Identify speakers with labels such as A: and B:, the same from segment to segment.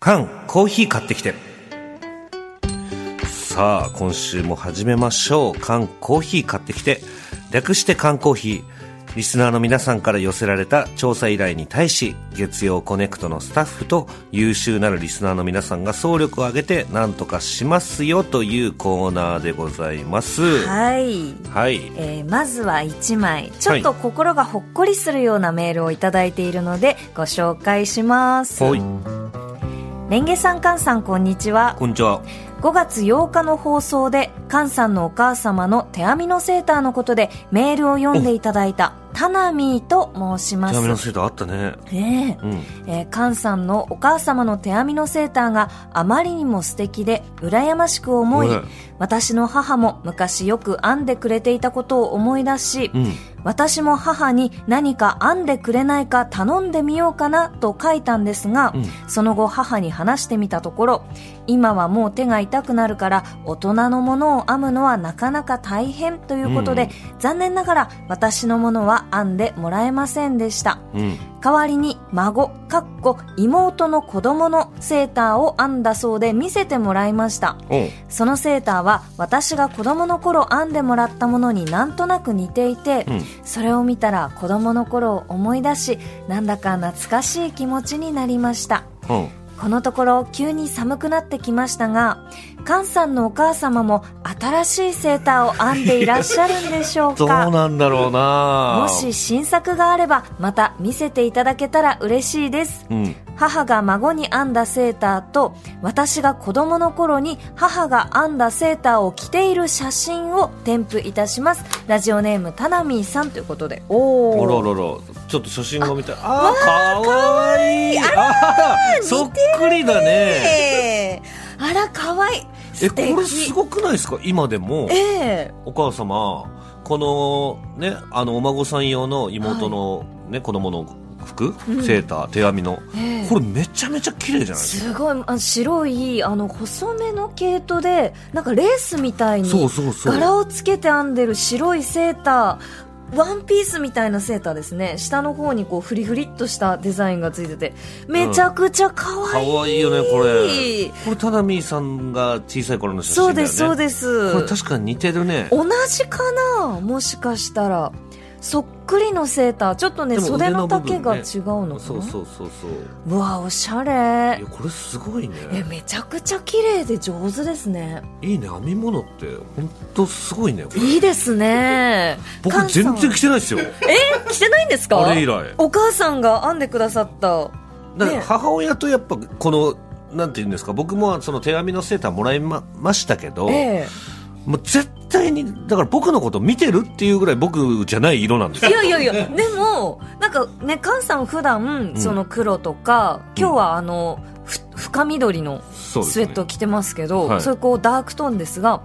A: 缶コーヒー買ってきてさあ今週も始めましょう缶コーヒー買ってきて略して缶コーヒーリスナーの皆さんから寄せられた調査依頼に対し月曜コネクトのスタッフと優秀なるリスナーの皆さんが総力を挙げて何とかしますよというコーナーでございます
B: はい、
A: はい
B: えーまずは1枚ちょっと心がほっこりするようなメールをいただいているのでご紹介します
A: ほい
B: レンゲさんカンさんこんにちは
A: こんにちは
B: 5月8日の放送でカンさんのお母様の手編みのセーターのことでメールを読んでいただいたタナミーと申しま
A: 手
B: す
A: 紙のセーターあったね
B: ええ
A: うん
B: えー、カンさんのお母様の手編みのセーターがあまりにも素敵で羨ましく思い、
A: ね
B: 私の母も昔よく編んでくれていたことを思い出し、
A: うん
B: 私も母に何か編んでくれないか頼んでみようかなと書いたんですが、
A: うん
B: その後母に話してみたところ、今はもう手が痛くなるから大人のものを編むのはなかなか大変ということで、残念ながら私のものは編んでもらえませんでした。
A: うん
B: 代わりに孫、かっこ妹の子供のセーターを編んだそうで見せてもらいました。
A: おう
B: そのセーターは私が子供の頃編んでもらったものになんとなく似ていて、
A: うん
B: それを見たら子供の頃を思い出し、なんだか懐かしい気持ちになりました。
A: うん
B: このところ急に寒くなってきましたが、菅さんのお母様も新しいセーターを編んでいらっしゃるんでしょう
A: どう
B: か
A: なんだろう
B: も
A: な
B: し新作があればまた見せていただけたら嬉しいです
A: うん
B: 母が孫に編んだセーターと私が子供の頃に母が編んだセーターを着ている写真を添付いたしますラジオネームタナミーさんということでお
A: お
B: お
A: ろろろちょっと写真が見たいああかわいいああーそっくりだね
B: ええあらかわいい
A: え
B: 素敵
A: これすごくないですか今でも
B: ええ
A: お母様このねあのお孫さん用の妹のね、子供の服
B: うん
A: セーター手編みの、
B: ええ
A: これめちゃめちゃ綺麗じゃないですか
B: すごいあ白いあの細めの毛糸でなんかレースみたいに
A: そうそうそう
B: 柄をつけて編んでる白いセーターワンピースみたいなセーターですね下の方にこうフリフリっとしたデザインがついててめちゃくちゃ可
A: か
B: 愛い、
A: わいいよねこれこれタナミーさんが小さい頃の写真だ
B: そ
A: よ
B: う
A: ね
B: ですそう
A: す
B: です
A: これ確かに似てるね
B: 同じかなもしかしたらそっくりのセーターちょっとね
A: でも
B: 袖の
A: 腕の部
B: 丈
A: 分ね
B: が違うのか
A: そ
B: な
A: うそうそうそう
B: うわおしゃれ
A: いやこれすごいね
B: えめちゃくちゃ綺麗で上手ですね
A: いいね編み物って本当すごいねこれ
B: いいですね
A: 僕全然
B: 関
A: 着てないですよ
B: さん え着てないんですか
A: あれ以来
B: お母さんが編んでくださった
A: だか
B: ね
A: ら母親とやっぱこのなんて言うんですか僕もその手紙のセーターもらいまましたけど、
B: え
A: もう絶対にだから僕のこと見てるっていうぐらい僕じゃない色なんです
B: え
A: よ
B: いやいやいやでもなんかね菅さん普段
A: ん
B: その黒とか、今日はあのふ深緑の
A: そうです
B: スウ
A: ね
B: ェット着てますけどそ
A: はい
B: れこうダークトーンですが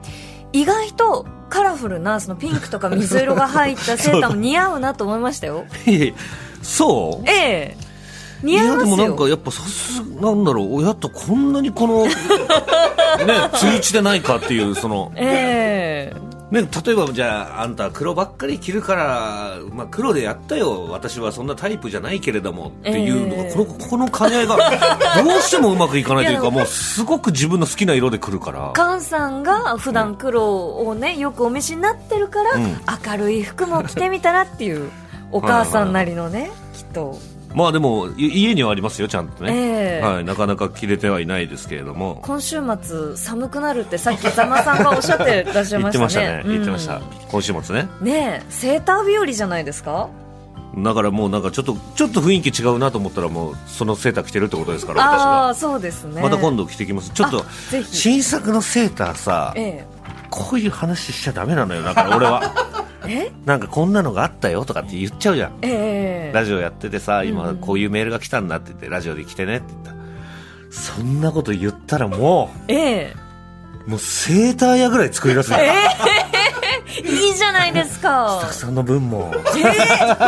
B: 意外とカラフルなそのピンクとか水色が入ったセーターも似合うなと思いま したよ
A: いやいやそう
B: ええ似合いますよ
A: やでもなんかやっぱさすなんだろう親とこんなにこのね 通知でないかっていうその
B: ええ
A: ね、例えばじゃああんた黒ばっかり着るから、まあ、黒でやったよ私はそんなタイプじゃないけれどもっていうのが、
B: ええ
A: このこの兼ね合 いがどうしてもうまくいかないと
B: い
A: いう
B: や
A: かもうすごく自分の好きな色で来るから
B: 菅さんが普段黒をねよくお召しになってるから、
A: うん
B: 明るい服も着てみたらっていうお母さんなりのねきっと
A: まあでもい家にはありますよちゃんとね、
B: ええ
A: はい、なかなか着れてはいないですけれども
B: 今週末寒くなるってさっきざまさんがおっしゃってらっしゃい
A: 言
B: ま
A: ってまし
B: したた
A: ね
B: ね
A: 言ってました、今週末ね
B: うんねえセーター日和じゃないですか
A: だからもうなんかちょっとちょっと雰囲気違うなと思ったらもうそのセーター着てるってことですから私
B: あ
A: が
B: あそうですね
A: また今度着てきますちょっと
B: あぜひ
A: 新作のセーターさ、
B: え
A: こういう話しちゃダメなのよだから俺は
B: ええ
A: なんかこんなのがあったよとかって言っちゃうじゃん
B: ええ
A: ラジオやっててさ今こういうメールが来たんだって言ってラジオで来てねって言ったそんなこと言ったらも
B: ええ
A: うもうセーター屋ぐらい作り出すよ
B: いいじゃなないですか
A: ス タッフさんの分も。
B: そし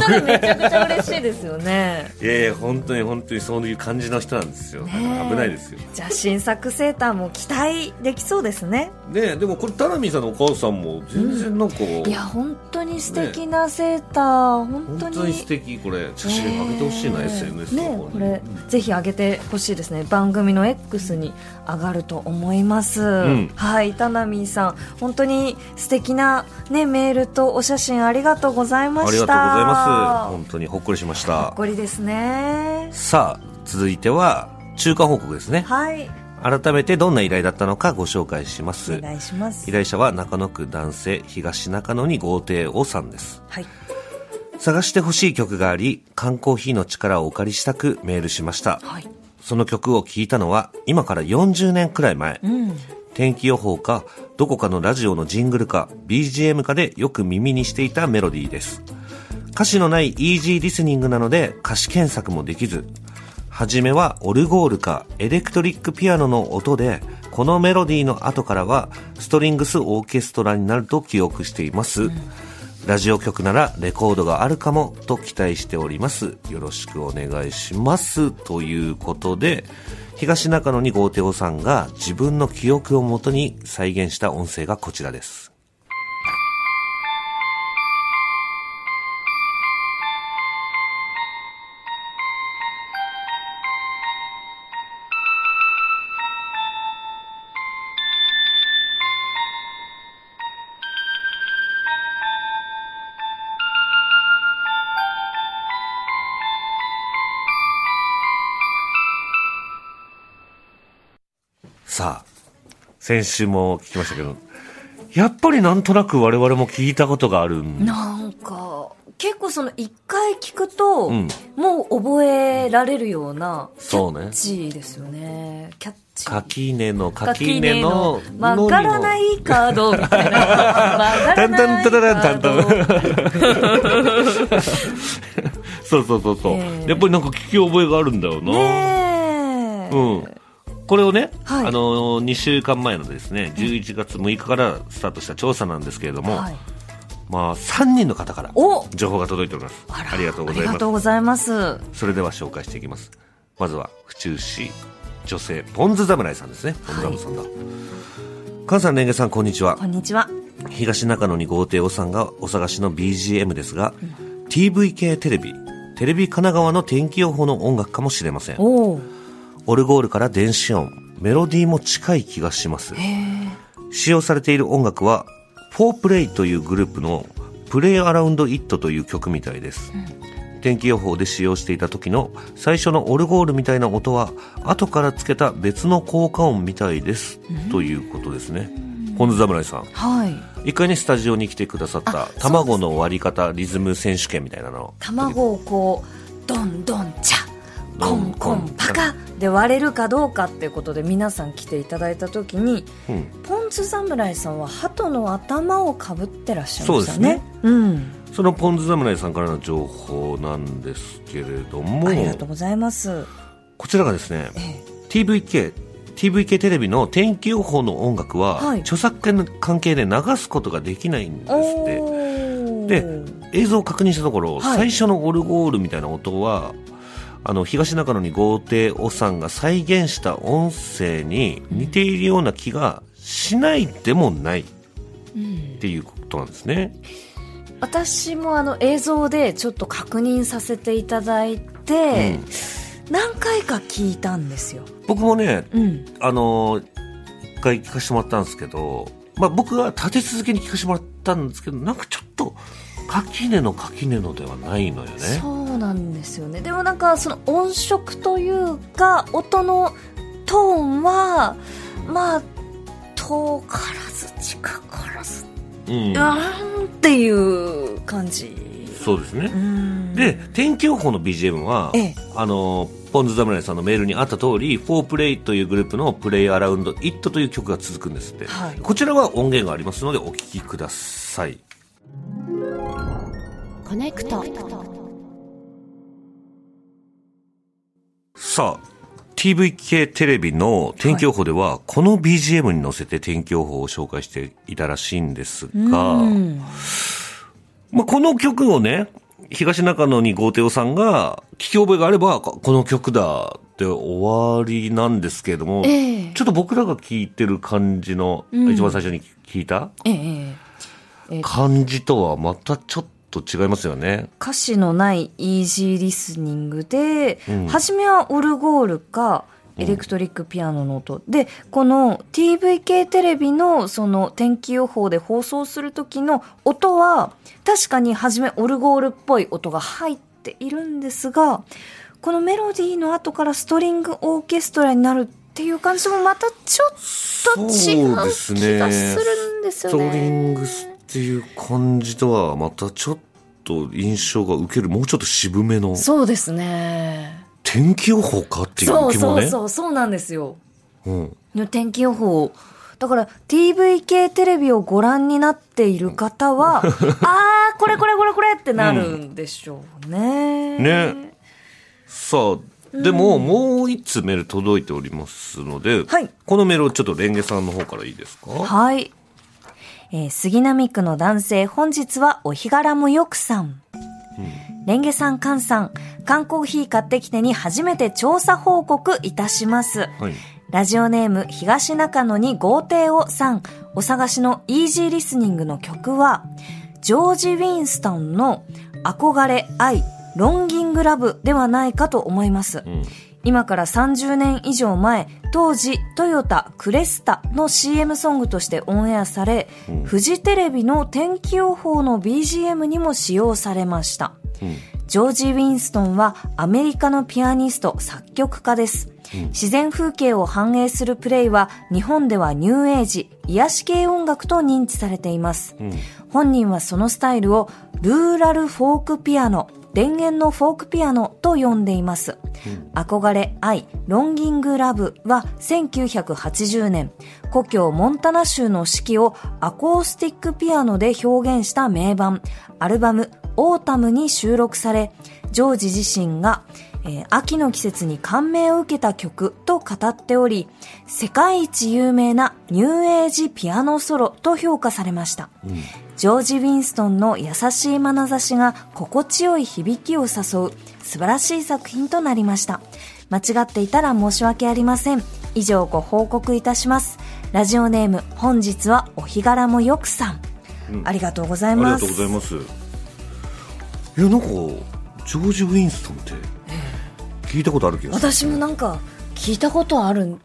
B: たらめちゃくちゃ嬉しいですよね
A: いやいや、本当に本当にそういう感じの人なんですよ。だから危ないですよ。
B: じゃあ新作セーターも期待できそうですね
A: ねえでもこれ、タラミンさんのお母さんも全然なんか、
B: いや本当に素敵なセーター、本当
A: 本
B: に
A: 当に素敵これ、写真上げてほしいな、
B: ねえ
A: SNS とか
B: ね
A: に
B: これぜひ上げてほしいですね番組の X に上がると思います、
A: ん
B: はい田波さん本当に素敵なねメールとお写真ありがとうございま
A: あ
B: した
A: りがとうございます。本当にほっこりしまし。
B: ほったこりですね
A: さあ、続いては、中間報告ですね。
B: はい
A: 改めてどんな依頼だったのかご紹介しま
B: お
A: す。
B: 願いします
A: 依頼者は中野区男性東中野に豪邸王さんです。
B: はい
A: 探してほしい曲があり、缶コーヒーの力をお借りしたくメールしました。
B: はい
A: その曲を聴いたのは今から40年くらい前。
B: うん
A: 天気予報か、どこかのラジオのジングルか、BGM かでよく耳にしていたメロディーです。歌詞のないイージーリスニングなので歌詞検索もできず、はじめはオルゴールかエレクトリックピアノの音で、このメロディーの後からはストリングスオーケストラになると記憶しています。ラジオ局ならレコードがあるかもと期待しております。よろしくお願いします。ということで、東中野に豪邸さんが自分の記憶をもとに再現した音声がこちらです。さあ、先週も聞きましたけど、やっぱりなんとなく我々も聞いたことがあるん
B: なんか結構その一回聞くと、
A: ん
B: もう覚えられるようなキ
A: そ
B: ャ
A: うね
B: ッチーですよねキャッチー
A: 垣根の垣根の
B: 垣根の曲がらな
A: のにも
B: いカードみたいな曲がらないカード
A: タンタンタランタそうそうそうそう、
B: ええ
A: やっぱりなんか聞き覚えがあるんだよな、
B: ねえ、
A: うん、これをね、
B: はい
A: あの2週間前のですね11月6日からスタートした調査なんですけれども、
B: はい、
A: まあ、3人の方から
B: お
A: 情報が届いております
B: あら
A: ありがとうござ
B: あ
A: い
B: りが
A: ます
B: とうございます
A: それでは紹介していきますまずは府中市女性ポンズ侍さんですねポンズ侍さんだ、菅さん、レンゲさん、こんにちは
B: こ。んにちは
A: 東中野に豪邸おさんがお探しの BGM ですが、TV 系テレビ、テレビ神奈川の天気予報の音楽かもしれません。
B: おお
A: オルゴールから電子音、メロディーも近い気がします。使用されている音楽は、フォープレイというグループのプレイアラウンドイットという曲みたいです。天気予報で使用していた時の最初のオルゴールみたいな音は後からつけた別の効果音みたいです、ということですね。ポンズ侍さん、
B: はい
A: 一回ねスタジオに来てくださった卵の割り方リズム選手権みたいなの
B: 卵をこうどんどんちゃコンコンパカで割れるかどうかっていうことで皆さん来ていただいた時に
A: うん、
B: ポン酢侍さんは鳩の頭をかぶってらっしゃいました
A: そうです
B: ね
A: ね
B: うん
A: そのポン酢侍さんからの情報なんですけれども
B: ありがとうございます
A: こちらがですね
B: ええ
A: TVK TVK テレビの天気予報の音楽は、
B: はい
A: 著作権の関係で流すことができないんですって
B: お
A: で
B: ー
A: 映像を確認したところ、
B: はい
A: 最初のオルゴールみたいな音はあの東中野に豪邸おさんが再現した音声に似ているような気がしないでもないっ
B: うん
A: ていうことなんですね。
B: 私もあの映像でちょっと確認させていただいて、何回か聞いたんですよ、
A: 僕もね、
B: うん、
A: あのー一回聞かせてもらったんですけど、まあ、僕は立て続けに聞かせてもらったんですけどなんかちょっと垣根の垣根のではないのよね。
B: そうなんですよねでもなんかその音色というか音のトーンはまあ遠からず近からず
A: うん
B: う、ーんっていう感じ
A: そうですね
B: う、ん
A: で天気予報の BGM は、
B: ええ
A: あのポンズ侍さんのメールにあった通り「フォープレイというグループの「プレイアラウンドイットという曲が続くんですって、
B: はい
A: こちらは音源がありますのでお聴きください
C: コネクト。
A: さあ TVK テレビの天気予報では、この BGM に乗せて天気予報を紹介していたらしいんですが、
B: うん
A: まあ、この曲をね、東中野に豪邸さんが、聞き覚えがあれば、ここの曲だって終わりなんですけれども、
B: ええ
A: ちょっと僕らが聞いてる感じの、
B: うん
A: 一番最初に聞いた
B: えええ
A: 感じとはまたちょっと違いますよね。
B: 歌詞のないイージーリスニングで、
A: うん
B: 初めはオルゴールかエレクトリックピアノの音、でこの TVK テレビのその天気予報で放送する時の音は確かに初めオルゴールっぽい音が入っているんですがこのメロディーの後からストリングオーケストラになるっていう感じもまたちょっと違う気がするんです
A: ス
B: よ
A: ト
B: ね。
A: リングスっていう感じとはまたちょっと印象が受ける、もうちょっと渋めの
B: そうですね。
A: 天気予報かっていう
B: そう
A: 気も
B: そう
A: ね。
B: そうそうなんですよ。
A: うん
B: の天気予報だから TVK テレビをご覧になっている方 はあーこれこれこれこれってなるんでしょうね。
A: ねさあ、でも、もう一つメール届いておりますので、
B: はい
A: このメールをちょっとレンゲさんの方からいいですか
B: はい。えー杉並区の男性、本日はお日柄もよくさん。レンゲさん、カンさん、缶コーヒー買ってきてに初めて調査報告いたします。
A: はい。
B: ラジオネーム東中野に豪邸をさん、お探しのイージーリスニングの曲は、ジョージ・ウィンストンの憧れ愛、ロンギングラブではないかと思います。
A: うん。
B: 今から30年以上前、当時トヨタクレスタの CM ソングとしてオンエアされ、
A: うん
B: フジテレビの天気予報の BGM にも使用されました。
A: うん。
B: ジョージ・ウィンストンはアメリカのピアニスト、作曲家です。
A: うん
B: 自然風景を反映するプレイは日本ではニューエイジ、癒し系音楽と認知されています。
A: うん。
B: 本人はそのスタイルをルーラルフォークピアノ、電源のフォークピアノと呼んでいます。憧れ愛、ロンギングラブは1980年、故郷モンタナ州の四季をアコースティックピアノで表現した名盤、アルバムオータムに収録され、ジョージ自身が、えー秋の季節に感銘を受けた曲と語っており、世界一有名なニューエイジピアノソロと評価されました。
A: うん。
B: ジョージ・ウィンストンの優しい眼差しが心地よい響きを誘う素晴らしい作品となりました。間違っていたら申し訳ありません。以上ご報告いたします。ラジオネーム、本日はお日柄もよくさん。ありがとうござい
A: あり
B: ま
A: が
B: す。
A: とうございます。いや、なんか、ジョージ・ウィンストンって、聞いたことある気がする。
B: 私もなんか聞いたことある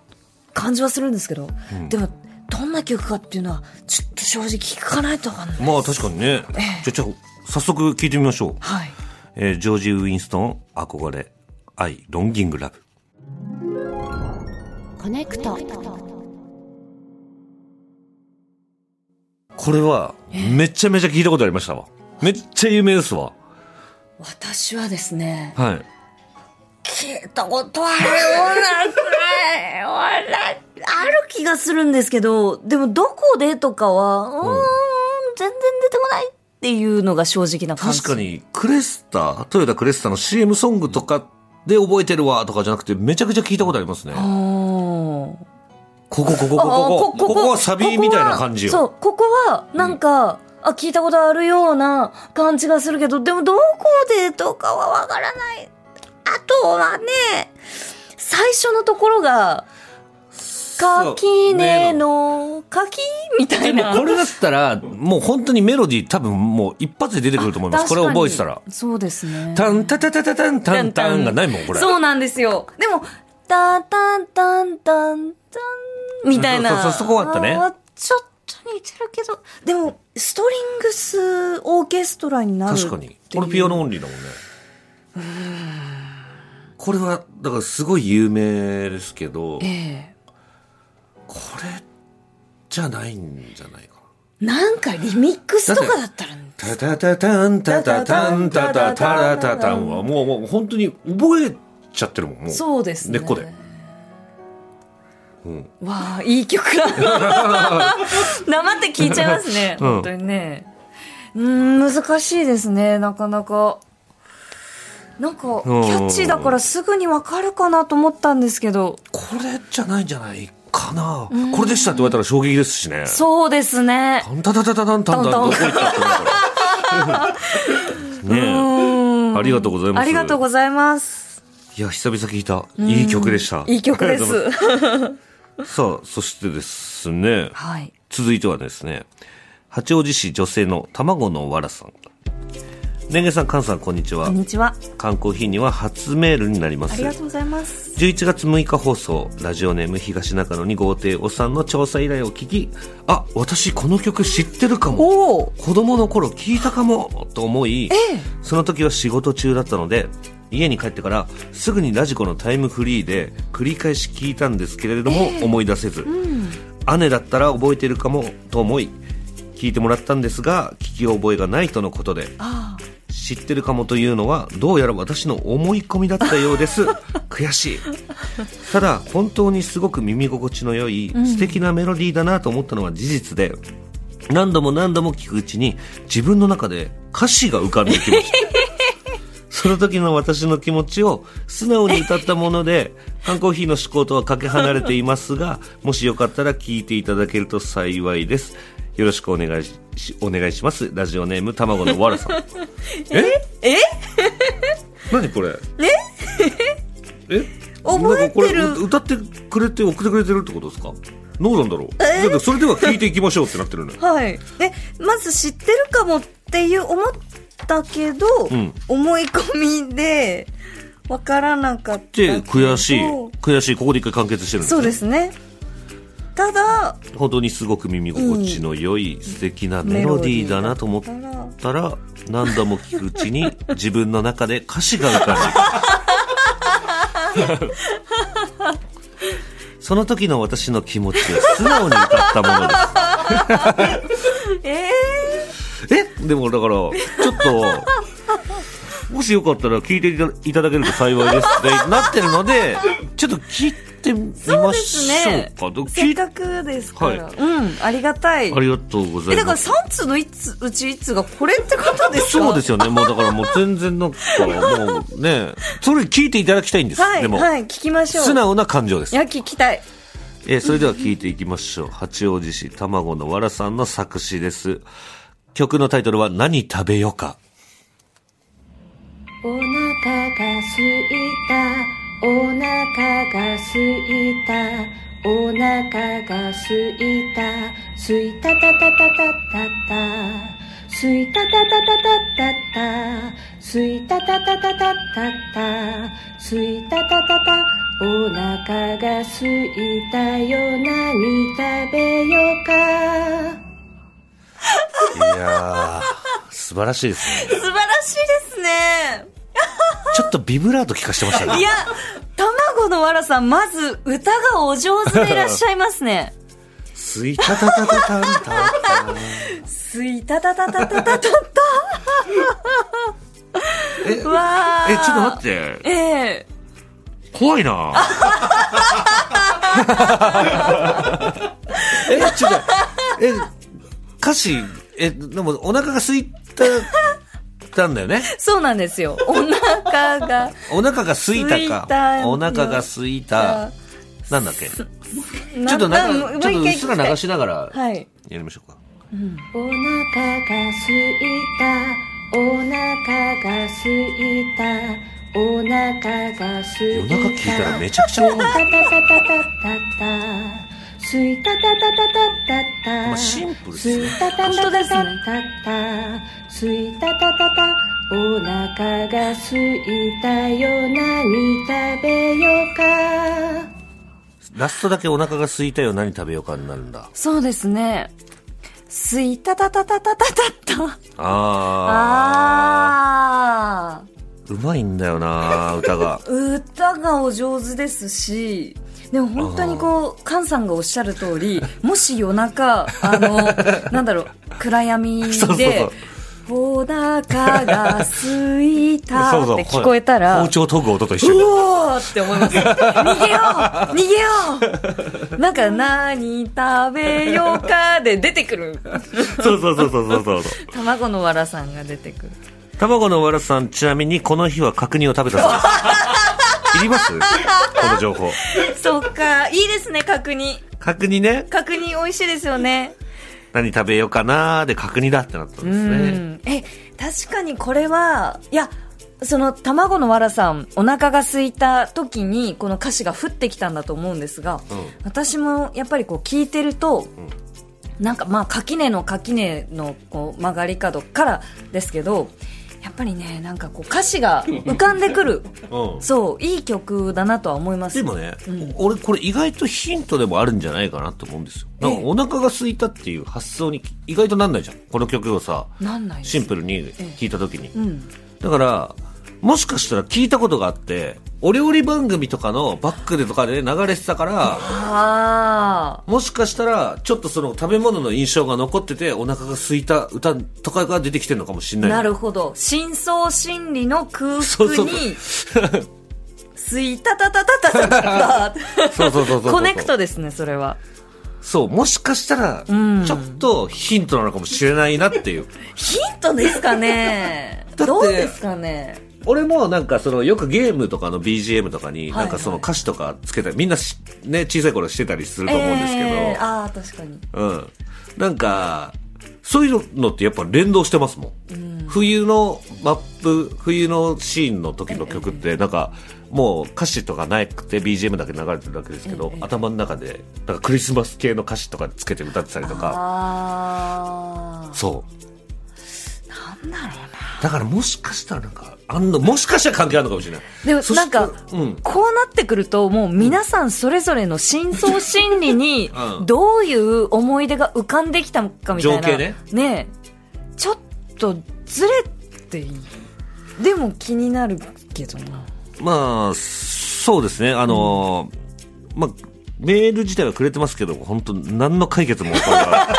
B: 感じはするんですけど、
A: ん
B: でもどんな曲かっていうのはちょっと正直聞かないとわかんない。
A: まあ確かにね。じゃあ、じゃあ早速聞いてみましょう。
B: はい。
A: えージョージ・ウィンストン、憧れ、愛、ロンギングラブ。
C: コネクト。
A: これは、めちゃめちゃ聞いたことありましたわ。めっちゃ有名ですわ。
B: 私はですね、
A: はい。
B: 聞いたことあるようなくらい、おらある気がするんですけど、でもどこでとかは、うーん、全然出てこないっていうのが正直な感じ。
A: 確か。に、クレスタ、トヨタクレスタの CM ソングとかで覚えてるわとかじゃなくて、めちゃくちゃ聞いたことありますね。
B: ああ。
A: ここ、ここ、ここ、ここ、ここはサビみたいな感じよ。
B: そう、ここは、なんか、あ、聞いたことあるような感じがするけど、でもどこでとかはわからない。あとはね、最初のところが、
A: そう
B: 垣根の垣みた
A: で
B: い
A: も
B: な。
A: これだったら、もう本当にメロディー多分もう一発で出てくると思います。これ
B: 確かに
A: 覚えてたら。
B: そうですね。
A: タンタタタタタンタンタンがないもん、これ。
B: そうなんですよ。でも、タタンタンタンタン、みたいな。
A: そうそうそうそこはあったね
B: ーちょっと似てるけど、でも、ストリングスオーケストラになるってい
A: 確
B: う。
A: かに。これピアノオンリーだもんね。これは、だからすごい有名ですけど、
B: ええ
A: これじゃないんじゃないかな。
B: なんかリミックスとかだったら、
A: タタタタンタタタンタタタラタタンはもうもう本当に覚えちゃってるもんもう
B: そうですね。
A: 根っこで。うん
B: わあ、いい曲 だな。生って聞いちゃいますね。
A: うん
B: 本当にね。うーん、難しいですね、なかなか。なんかキャッチーだからすぐにわかるかなと思ったんですけど
A: これじゃないんじゃないかなこれでしたって言われたら衝撃ですしね
B: そうですね
A: タンタタタタタンタンタンど
B: トン
A: こ
B: トン
A: 行ったってなるからねえありがとうございます
B: ありがとうございます
A: いや久々聞いたいい曲でした
B: いい曲で
A: ありがとうござ
B: す
A: いますさあそしてですね
B: はい
A: 続いてはですね八王子市女性の卵のわらさん年月さん菅さんこんにちは
B: こんにちは
A: 缶コーヒーには初メールになりま
B: あ
A: す
B: りがとうございます
A: 11月6日放送ラジオネーム東中野に豪邸おっさんの調査依頼を聞きあ私この曲知ってるかも
B: おお
A: 子供の頃聞いたかもと思い、その時は仕事中だったので家に帰ってからすぐにラジコのタイムフリーで繰り返し聞いたんですけれども、思い出せず、姉だったら覚えてるかもと思い聞いてもらったんですが聞き覚えがないとのことで
B: あ
A: 知ってるかもというのはどうやら私の思い込みだったようです悔しいただ本当にすごく耳心地の良い素敵なメロディーだなと思ったのは事実で、何度も何度も聞くうちに自分の中で歌詞が浮かんできました その時の私の気持ちを素直に歌ったもので缶コーヒーの思考とはかけ離れていますがもしよかったら聞いていただけると幸いですよろしくお願いしお願いしますラジオネーム卵のわらさんえ
B: え
A: 何これええ
B: 覚えてる
A: なんかこれう歌ってくれて送ってくれてるってことですかどうなんだろう、だってそれでは聞いていきましょうってなってるのよ
B: はいえまず知ってるかもっていう思ったけど、
A: ん
B: 思い込みでわからなかったけ
A: で
B: ど
A: 悔しい悔しいここで一回完結してるんですね
B: そうですねただ
A: 本当にすごく耳心地の良い素敵なメロディーだなと思ったら何度も聞くうち に自分の中で歌詞が浮か んでくるその時の私の気持ちを素直に歌ったものです
B: え
A: えでもだから、ちょっと、もしよかったら聞いていたいただけると幸いですってなってるので、ちょっと聞いてみましょう
B: ー、そ
A: か
B: うです。ね
A: ど
B: せっ
A: 聞いあ
B: かくですから、
A: はい
B: うんありがたい
A: りがとうござ
B: え
A: い
B: だか
A: ま
B: ら
A: す。
B: 3つのいつうち1つがこれってことですか
A: そうですよね。もうだからもう全然なんか、もうね、それ聞いていただきたいんです。
B: はい
A: でも、
B: はい聞きましょう
A: 素直な感情です
B: い。や聞きたい
A: えーそれでは聞いていきましょう。八王子市卵のわらさんの作詞です。曲のタイトルは何食べよか。
C: お腹が空いた、お腹が空いた、お腹が空いた、空いたたたたたたた、空いたたたたたたた、空いたたたたたたた、空いたたたた、お腹が空いたよ、何食べようか。
A: いやー、素晴らしいですね。
B: 素晴らしいですね
A: ちょっとビブラート聞かしてました
B: い
A: ね。
B: や、卵のわらさん、まず歌がお上手でいらっしゃいます ね。
A: スイタタタタタンタン。
B: すいたたたたたたた
A: え、え、ち
B: た
A: ょ っ
B: わー。
A: と待
B: て。
A: って。
B: ええ
A: 怖いな え、ちょっと、え、歌詞、え、でもお腹が空いた、たんだよね。
B: そうなんですよ。お腹が、
A: お腹が空いたか。
B: 空いた
A: お腹が空いた。なんだっけ。 ち
B: ち
A: ょっとなんか、ちょっとうっすら流しながら、や
B: はい。
A: りましょうか。
C: お腹が空いた、お腹が空いた、お腹が空い
A: 夜
C: た。
A: 中聞いたらめちゃくちゃ多い。
C: タタタタタタタ。すいたたたたたた
A: ま
C: た。
A: あシンプルっすね
C: すいたた
B: 本当
C: た
B: で
C: た
B: す
C: た
B: ね
C: たた。すいたたたた。お腹がすいたよ、何食べようか。
A: ラストだけお腹が空いたよ、何食べようかになるんだ。
B: そうですね。すいたたたたたたたた。あ
A: あーうまいんだよな歌 が
B: ー。歌がお上手ですし、でも本当にこう、菅さんがおっしゃる通り、 もし夜中、あ の、なんだろう、暗闇で、
A: そうそうそう
B: お腹が空いた
A: そう
B: っ
A: そう
B: て聞こえたら、
A: 包
B: う
A: 丁研ぐ音と一 緒に
B: おーって思い ます。逃げよう逃げようなんか、何食べようかで出てくる。
A: そうそうそうそうそうそう
B: 卵のわらさんが出てくる。
A: 卵のわらさん、ちなみにこの日は角煮を食べたそうです。いりますこの情報。
B: そっか。いいですね、角煮。
A: 角煮ね、
B: 角煮美味しいですよね。
A: 何食べようかなーで角煮だってなったんですね。
B: え確かにこれはいやその卵のわらさんお腹が空いた時にこの歌詞が降ってきたんだと思うんですが、
A: うん
B: 私もやっぱりこう聞いてると、なんかまあ垣根の垣根のこう曲がり角からですけどやっぱりねなんかこう歌詞 が浮かんでくる
A: うん
B: そういい曲だなとは思います
A: でもね、お俺これ意外とヒントでもあるんじゃないかなと思うんですよ。なんかお腹が空いたっていう発想に意外となんないじゃん。この曲をさ、
B: なんないです
A: シンプルに聴いた時に。
B: うん
A: だから、もしかしたら聞いたことがあって、お料理番組とかのバックでとかで流れてたから、
B: ああ
A: もしかしたら、ちょっとその食べ物の印象が残ってて、お腹が空いた歌とかが出てきてるのかもしれない。
B: なるほど深層心理の空
A: そ
B: 腹
A: うそう
B: にすいたたたたたたたた
A: そうそうそうそうそう。
B: コネクトですねそれは
A: そう、もしかしたら、
B: ん
A: ちょっとヒントなのかもしれないなっていう。
B: ヒントですかね
A: だって
B: どうですかね
A: 俺もなんかそのよくゲームとかの BGM とかに
B: はいは
A: ないんかその歌詞とかつけたりみんなしね小さい頃してたりすると思うんですけど、
B: えー、ああ確かに
A: うんなんかそういうのってやっぱ連動してますもん、冬のマップ冬のシーンの時の曲ってなんかもう歌詞とかなくて BGM だけ流れてるだけですけど、頭の中でなんかクリスマス系の歌詞とかつけて歌ってたりとか
B: あ
A: そう
B: あなんだろう
A: だからもしかしたらなんかあんのもしかしたら関係あるのかもしれない
B: でも
A: そし
B: なんか、
A: うん
B: こうなってくるともう皆さんそれぞれの深層心理に
A: うん
B: どういう思い出が浮かんできたのかみたいな
A: 情景ね
B: ねえちょっとずれていいでも気になるけどな
A: まあ、そうですね。あのーまあ、メール自体はくれてますけど、本当何の解決も起こらない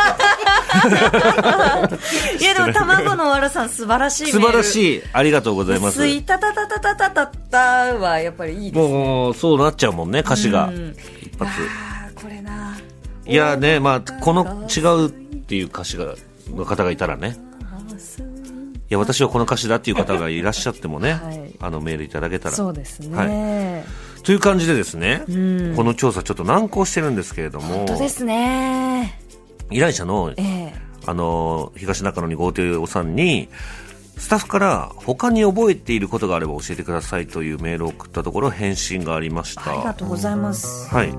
B: いやでも卵のわらさん素晴らしいメー
A: 素
B: ル
A: 晴ら
B: い
A: しい。ありがとうございます。
B: スイタタタタタタタタはやっぱりいいです
A: もう、そうなっちゃうもんね、歌詞が
B: うん。
A: 一発。
B: あーこれない
A: やね、まあ、この違うっていう歌詞が、の方がいたらね。いや、私はこの歌詞だっていう方がいらっしゃってもね、
B: はい
A: あのメールいただけたら。
B: そうですね、
A: はい。という感じでですね、この調査ちょっと難航してるんですけれども
B: 本、当ですね
A: 依頼者の
B: ええ
A: あの、東中野に豪邸さんに、スタッフから他に覚えていることがあれば教えてくださいというメールを送ったところ返信がありました。
B: ありがとうございます
A: はい、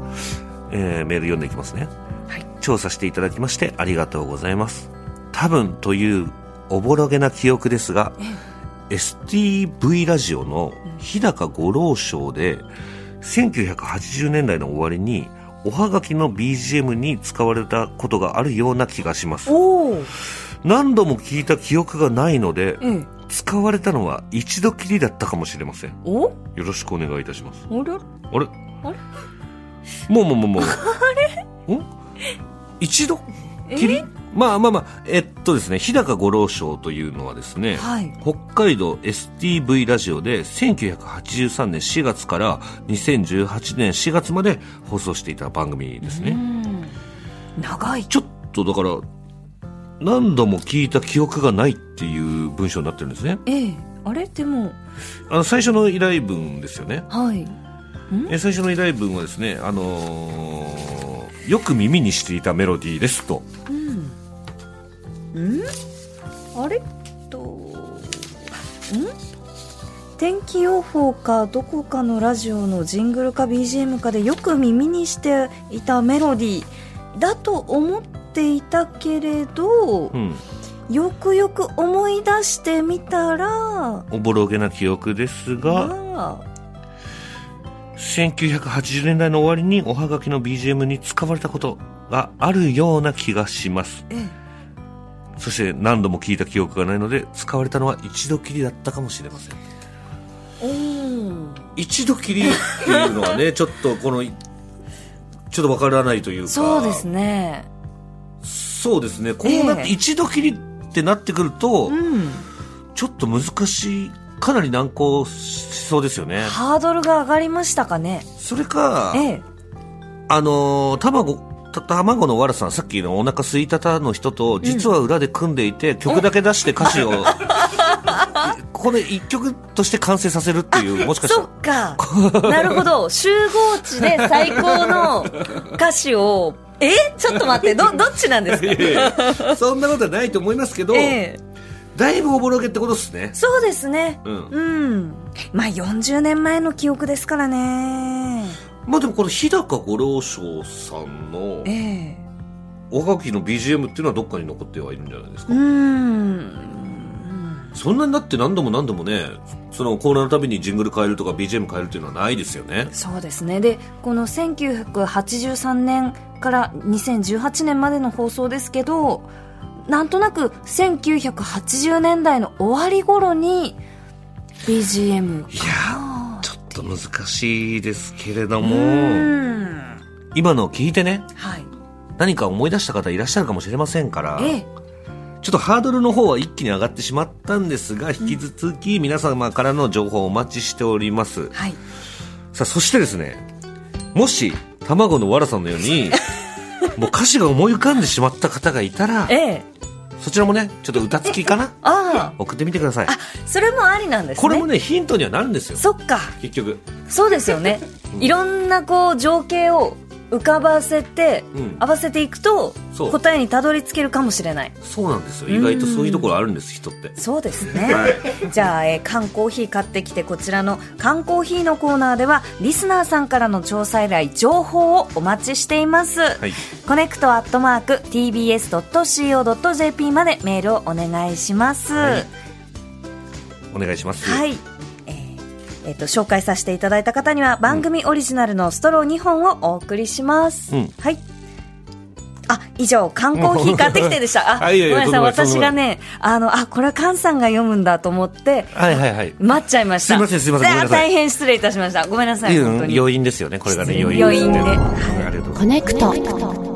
A: えーメール読んでいきますね、
B: はい
A: 調査していただきましてありがとうございます多分というおぼろげな記憶ですが STV ラジオの日高五郎賞で1980年代の終わりにおはがきの BGM に使われたことがあるような気がします
B: おお
A: 何度も聞いた記憶がないので、
B: え
A: 使われたのは一度きりだったかもしれませんよ
B: お
A: ろしくお願いいたします
B: あれ
A: あれ
B: あれ
A: もうもうもうもう。あれん一度きりまあまあまあ、えっとですね、日高五郎賞というのはですね、
B: はい
A: 北海道 STV ラジオで1983年4月から2018年4月まで放送していた番組ですね。
B: 長い
A: ちょっとだから、何度も聞いた記憶がないっていう文章になってるんですね。
B: ええあれでも
A: あの、最初の依頼文ですよね。
B: はい
A: えー最初の依頼文はですね、あのーよく耳にしていたメロディーですと
B: あれとん天気予報かどこかのラジオのジングルか BGM かでよく耳にしていたメロディーだと思っていたけれど、
A: うん
B: よくよく思い出してみたら
A: おぼろげな記憶ですが
B: まあ
A: 1980年代の終わりにおはがきの BGM に使われたことがあるような気がします
B: ええ
A: そして何度も聞いた記憶がないので使われたのは一度きりだったかもしれません
B: おー
A: 一度きりっていうのはねちょっとこのちょっとわからないというか
B: そうですね
A: そうですねこうなっ
B: え
A: て
B: え
A: 一度きりってなってくると、
B: うん
A: ちょっと難しい、かなり難航しそうですよね。
B: ハードルが上がりましたかね
A: それか、
B: ええ
A: あのー卵、た卵のわらさん、さっきのお 腹すいたたの人と、実は裏で組んでいて、曲だけ出して歌詞を
B: か
A: これ一曲として完成させるっていう、もしかした
B: そ
A: ら
B: っ。か。なるほど。集合地で最高の歌詞を、えちょっと待って、ど、どっちなんですか
A: いやいやそんなことはないと思いますけど、
B: ええ
A: だいぶおぼろげってことですね。
B: そうですね。
A: うん
B: うん。まあ40年前の記憶ですからね。
A: まあでもこの日高五郎賞さんの
B: ええ
A: おはがきの BGM っていうのはどっかに残ってはいるんじゃないですか
B: う。ん。
A: そんなになって何度も何度もね、そのコーナーのたびにジングル変えるとか BGM 変えるっていうのはないですよね。
B: そうですね。で、この1983年から2018年までの放送ですけど、なんとなく1980年代の終わり頃に BGM
A: いやー、ちょっと難しいですけれど
B: う
A: も、
B: ん
A: 今のを聞いてね、
B: はい
A: 何か思い出した方いらっしゃるかもしれませんから、
B: ええ
A: ちょっとハードルの方は一気に上がってしまったんですが、引き続き皆様からの情報をお待ちしております。
B: はい
A: さあ、そしてですね、もし、卵のわらさんのよう に、もう歌詞が思い浮かんでしまった方がいたら
B: え、え
A: そちらもね、ちょっと歌付きかな
B: あ
A: 送ってみてください
B: あ。あそれもありなんですね
A: これもね、ヒントにはなるんですよ。
B: そっか
A: 結局。
B: そうですよねいろんなこう情景を浮かばせて、
A: うん
B: 合わせていくと
A: そう
B: 答えにたどり着けるかもしれない
A: そうなんですよ。意外とそういうところあるんです、人って。
B: そうですね、じゃあ、えー缶コーヒー買ってきてこちらの缶コーヒーのコーナーではリスナーさんからの調査依頼情報をお待ちしています、
A: い
B: コネクトアットマーク TBS.CO.JP までメールをお願いします
A: は
B: はい
A: い、お願いします。
B: えーえっと紹介させていただいた方には番組オリジナルのストロー2本をお送りします、
A: うん
B: はいあ以上缶コーヒー買ってきてでしたあ
A: はいいやいや
B: ごめんなさい
A: とんでもない
B: 私がねあのあこれは菅さんが読むんだと思って
A: はいはいはい。
B: 待っちゃいました。
A: すいませんすいませんごめんなさい
B: あ大変失礼いたしました。ごめんなさい。
A: う
B: 本当
A: ん
B: に。
A: 余韻ですよね。これがね、
B: 失
A: 余
B: 礼
A: 韻です
B: 余韻で
A: ね。ありがとうござ
D: コ
A: います
D: ネクト。コネクト